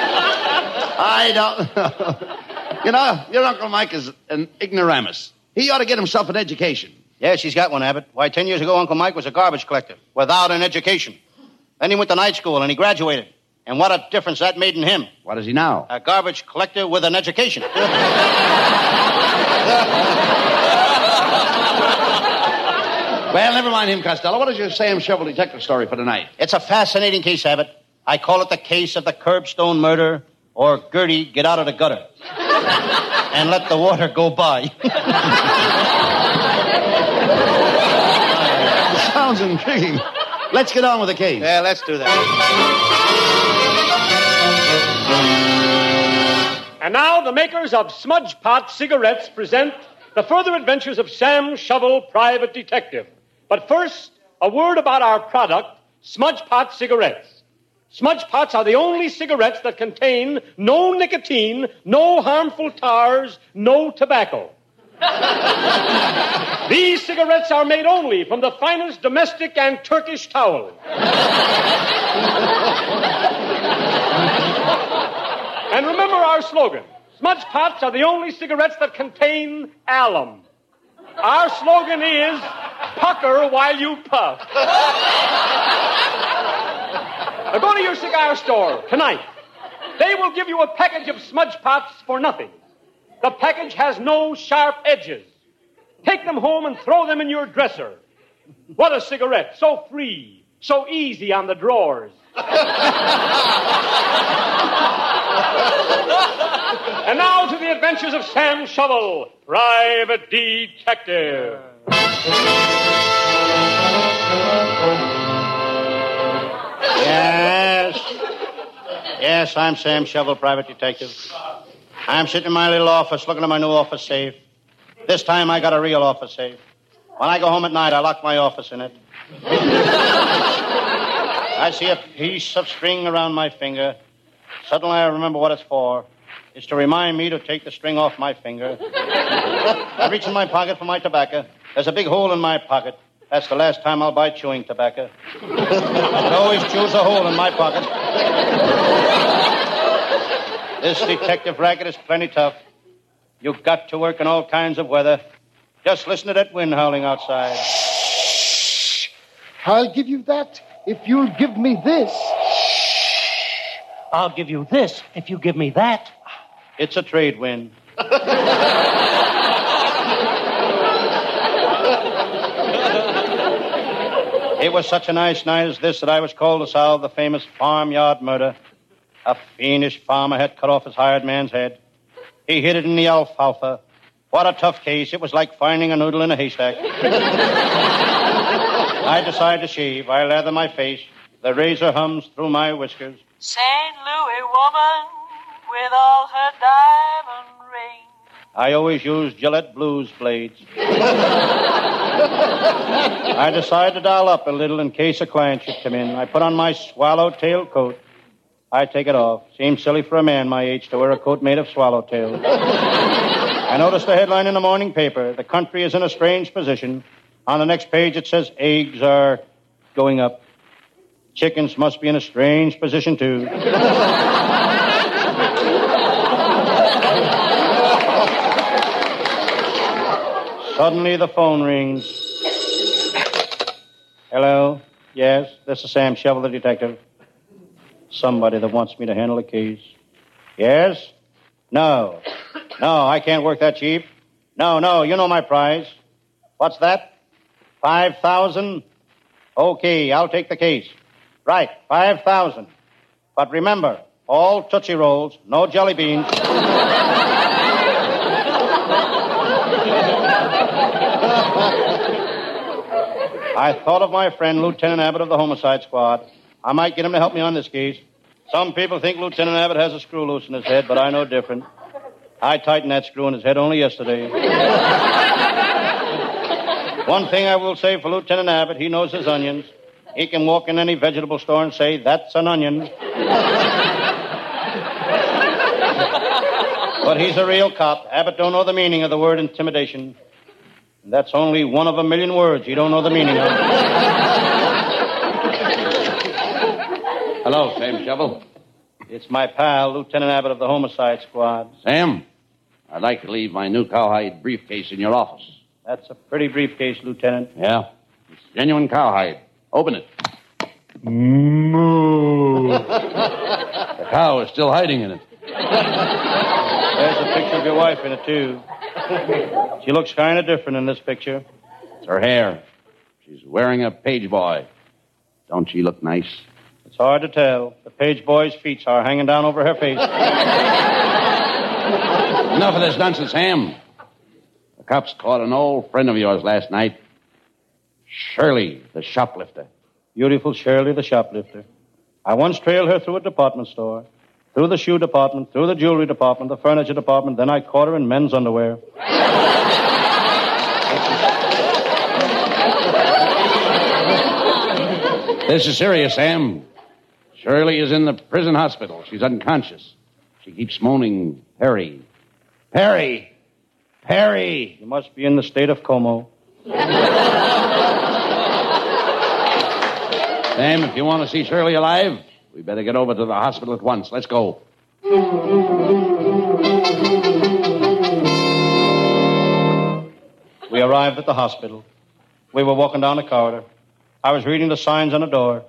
O: I don't. you know, your Uncle Mike is an ignoramus. He ought to get himself an education.
R: Yes, he's got one, Abbott. Why, ten years ago, Uncle Mike was a garbage collector without an education. Then he went to night school and he graduated. And what a difference that made in him.
O: What is he now?
R: A garbage collector with an education.
O: Well, never mind him, Costello. What is your Sam Shovel detective story for tonight?
R: It's a fascinating case, Abbott. I call it the case of the curbstone murder or Gertie get out of the gutter and let the water go by.
O: Sounds intriguing. Let's get on with the case.
R: Yeah, let's do that.
V: And now the makers of Smudge Pot cigarettes present the further adventures of Sam Shovel, private detective. But first, a word about our product, Smudge Pot cigarettes. Smudge pots are the only cigarettes that contain no nicotine, no harmful tars, no tobacco. These cigarettes are made only from the finest domestic and Turkish towel. And remember our slogan Smudge pots are the only cigarettes that contain alum. Our slogan is pucker while you puff. now go to your cigar store tonight. They will give you a package of smudge pots for nothing. The package has no sharp edges. Take them home and throw them in your dresser. What a cigarette, so free, so easy on the drawers. And now to the adventures of Sam Shovel, private detective.
R: Yes. Yes, I'm Sam Shovel, private detective. I'm sitting in my little office looking at my new office safe. This time I got a real office safe. When I go home at night, I lock my office in it. I see a piece of string around my finger. Suddenly I remember what it's for. It's to remind me to take the string off my finger. I reach in my pocket for my tobacco. There's a big hole in my pocket. That's the last time I'll buy chewing tobacco. it always chews a hole in my pocket. This detective racket is plenty tough. You've got to work in all kinds of weather. Just listen to that wind howling outside.
A: I'll give you that if you'll give me this.
R: I'll give you this if you give me that. It's a trade win. It was such a nice night as this that I was called to solve the famous farmyard murder. A fiendish farmer had cut off his hired man's head. He hid it in the alfalfa. What a tough case. It was like finding a noodle in a haystack. I decided to shave. I lather my face. The razor hums through my whiskers.
W: St. Louis woman with all her diamond
R: I always use Gillette Blues blades. I decide to dial up a little in case a client should come in. I put on my swallowtail coat. I take it off. Seems silly for a man my age to wear a coat made of swallowtails. I notice the headline in the morning paper. The country is in a strange position. On the next page, it says eggs are going up. Chickens must be in a strange position, too. Suddenly, the phone rings. Hello? Yes, this is Sam Shovel, the detective. Somebody that wants me to handle a case. Yes? No. No, I can't work that cheap. No, no, you know my prize. What's that? Five thousand? Okay, I'll take the case. Right, five thousand. But remember, all Tootsie Rolls, no jelly beans. I thought of my friend, Lieutenant Abbott of the Homicide Squad. I might get him to help me on this case. Some people think Lieutenant Abbott has a screw loose in his head, but I know different. I tightened that screw in his head only yesterday. One thing I will say for Lieutenant Abbott, he knows his onions. He can walk in any vegetable store and say, that's an onion. But he's a real cop. Abbott don't know the meaning of the word intimidation. And that's only one of a million words he don't know the meaning of. Hello, Sam Shovel. It's my pal, Lieutenant Abbott of the Homicide Squad.
O: Sam, I'd like to leave my new cowhide briefcase in your office.
R: That's a pretty briefcase, Lieutenant.
O: Yeah? It's genuine cowhide. Open it.
A: Mm.
R: Moo.
O: The cow is still hiding in it.
R: There's a picture of your wife in it, too. She looks kind of different in this picture.
O: It's her hair. She's wearing a page boy. Don't she look nice?
R: It's hard to tell. The page boy's feet are hanging down over her face.
O: Enough of this nonsense, Ham. The cops caught an old friend of yours last night. Shirley, the shoplifter.
R: Beautiful Shirley, the shoplifter. I once trailed her through a department store, through the shoe department, through the jewelry department, the furniture department. Then I caught her in men's underwear.
O: This is serious, Sam. Shirley is in the prison hospital. She's unconscious. She keeps moaning, Perry. Perry! Perry!
R: You must be in the state of Como.
O: Sam, if you want to see Shirley alive, we better get over to the hospital at once. Let's go.
R: We arrived at the hospital. We were walking down the corridor. I was reading the signs on the door.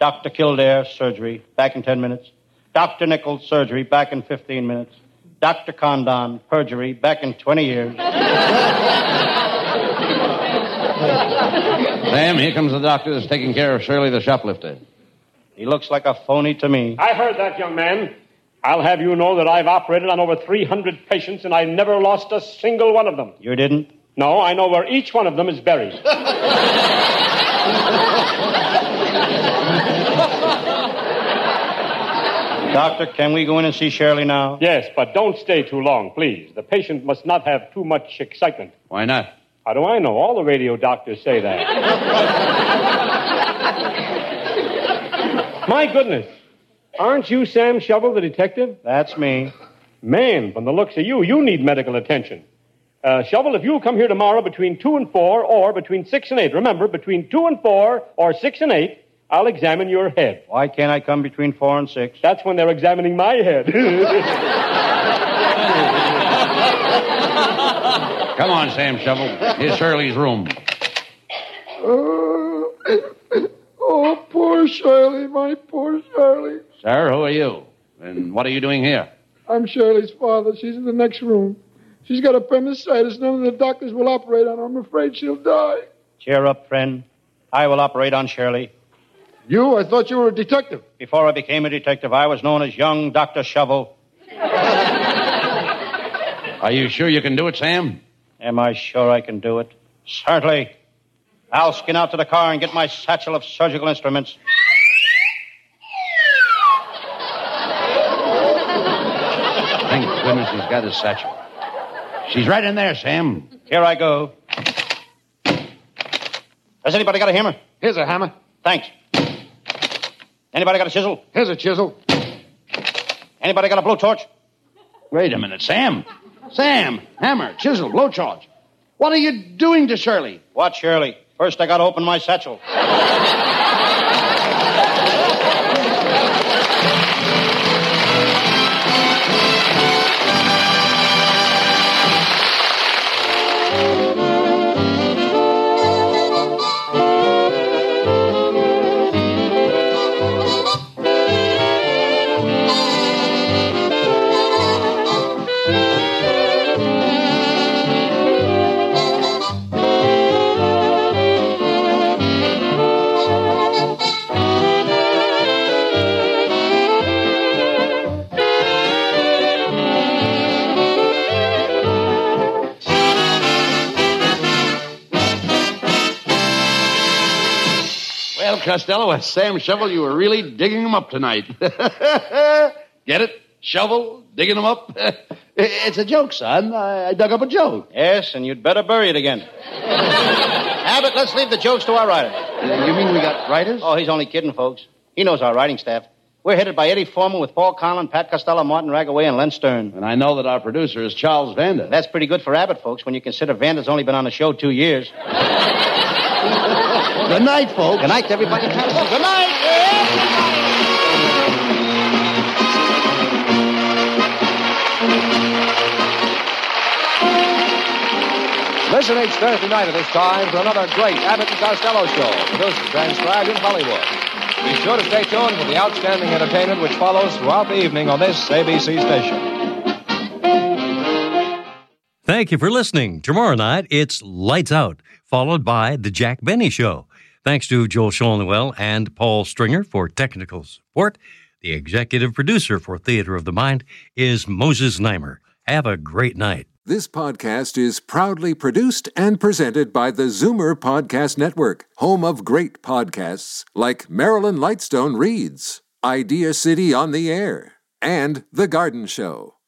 R: Dr. Kildare, surgery, back in 10 minutes. Dr. Nichols, surgery, back in 15 minutes. Dr. Condon, perjury, back in 20 years.
O: Sam, here comes the doctor that's taking care of Shirley, the shoplifter.
R: He looks like a phony to me.
V: I heard that, young man. I'll have you know that I've operated on over 300 patients and I never lost a single one of them.
R: You didn't?
V: No, I know where each one of them is buried.
R: Doctor, can we go in and see Shirley now?
V: Yes, but don't stay too long, please. The patient must not have too much excitement.
O: Why not?
V: How do I know? All the radio doctors say that. My goodness. Aren't you Sam Shovel, the detective? That's me. Man, from the looks of you, you need medical attention. Uh, Shovel, if you'll come here tomorrow between 2 and 4 or between 6 and 8, remember, between 2 and 4 or 6 and 8, I'll examine your head. Why can't I come between 4 and 6? That's when they're examining my head.
O: Come on, Sam Shovel. Here's Shirley's room.
X: Oh, oh, poor Shirley, my poor Shirley.
O: Sir, who are you? And what are you doing here?
X: I'm Shirley's father. She's in the next room. She's got appendicitis. None of the doctors will operate on her. I'm afraid she'll die.
R: Cheer up, friend. I will operate on Shirley.
X: You? I thought you were a detective.
R: Before I became a detective, I was known as young Dr. Shovel.
O: Are you sure you can do it, Sam?
R: Am I sure I can do it? Certainly. I'll skin out to the car and get my satchel of surgical instruments.
O: Thank goodness he's got his satchel. She's right in there, Sam.
R: Here I go. Has anybody got a hammer? Here's a hammer. Thanks. Anybody got a chisel? Here's a chisel. Anybody got a blowtorch?
O: Wait a minute, Sam. Sam, hammer, chisel, blowtorch. What are you doing to Shirley?
R: What, Shirley? First, I got to open my satchel.
O: Well, Costello, Sam Shovel, you were really digging him up tonight. Get it? Shovel, digging him up? it's a joke, son. I dug up a joke.
R: Yes, and you'd better bury it again. Abbott, let's leave the jokes to our writer. You mean we got writers? Oh, he's only kidding, folks. He knows our writing staff. We're headed by Eddie Foreman with Paul Conlon, Pat Costello, Martin Ragaway, and Len Stern.
O: And I know that our producer is Charles Vander.
R: That's pretty good for Abbott, folks, when you consider Vander's only been on the show two years.
O: Good night, folks.
R: Good night, to everybody. Good night.
Q: Listen each Thursday night at this time for another great Abbott and Costello show, produced and transcribed in Hollywood. Be sure to stay tuned for the outstanding entertainment which follows throughout the evening on this ABC station.
B: Thank you for listening. Tomorrow night, it's Lights Out, followed by The Jack Benny Show. Thanks to Joel Schoenwell and Paul Stringer for technical support. The executive producer for Theater of the Mind is Moses Neimer. Have a great night.
Y: This podcast is proudly produced and presented by the Zoomer Podcast Network, home of great podcasts like Marilyn Lightstone Reads, Idea City on the Air, and The Garden Show.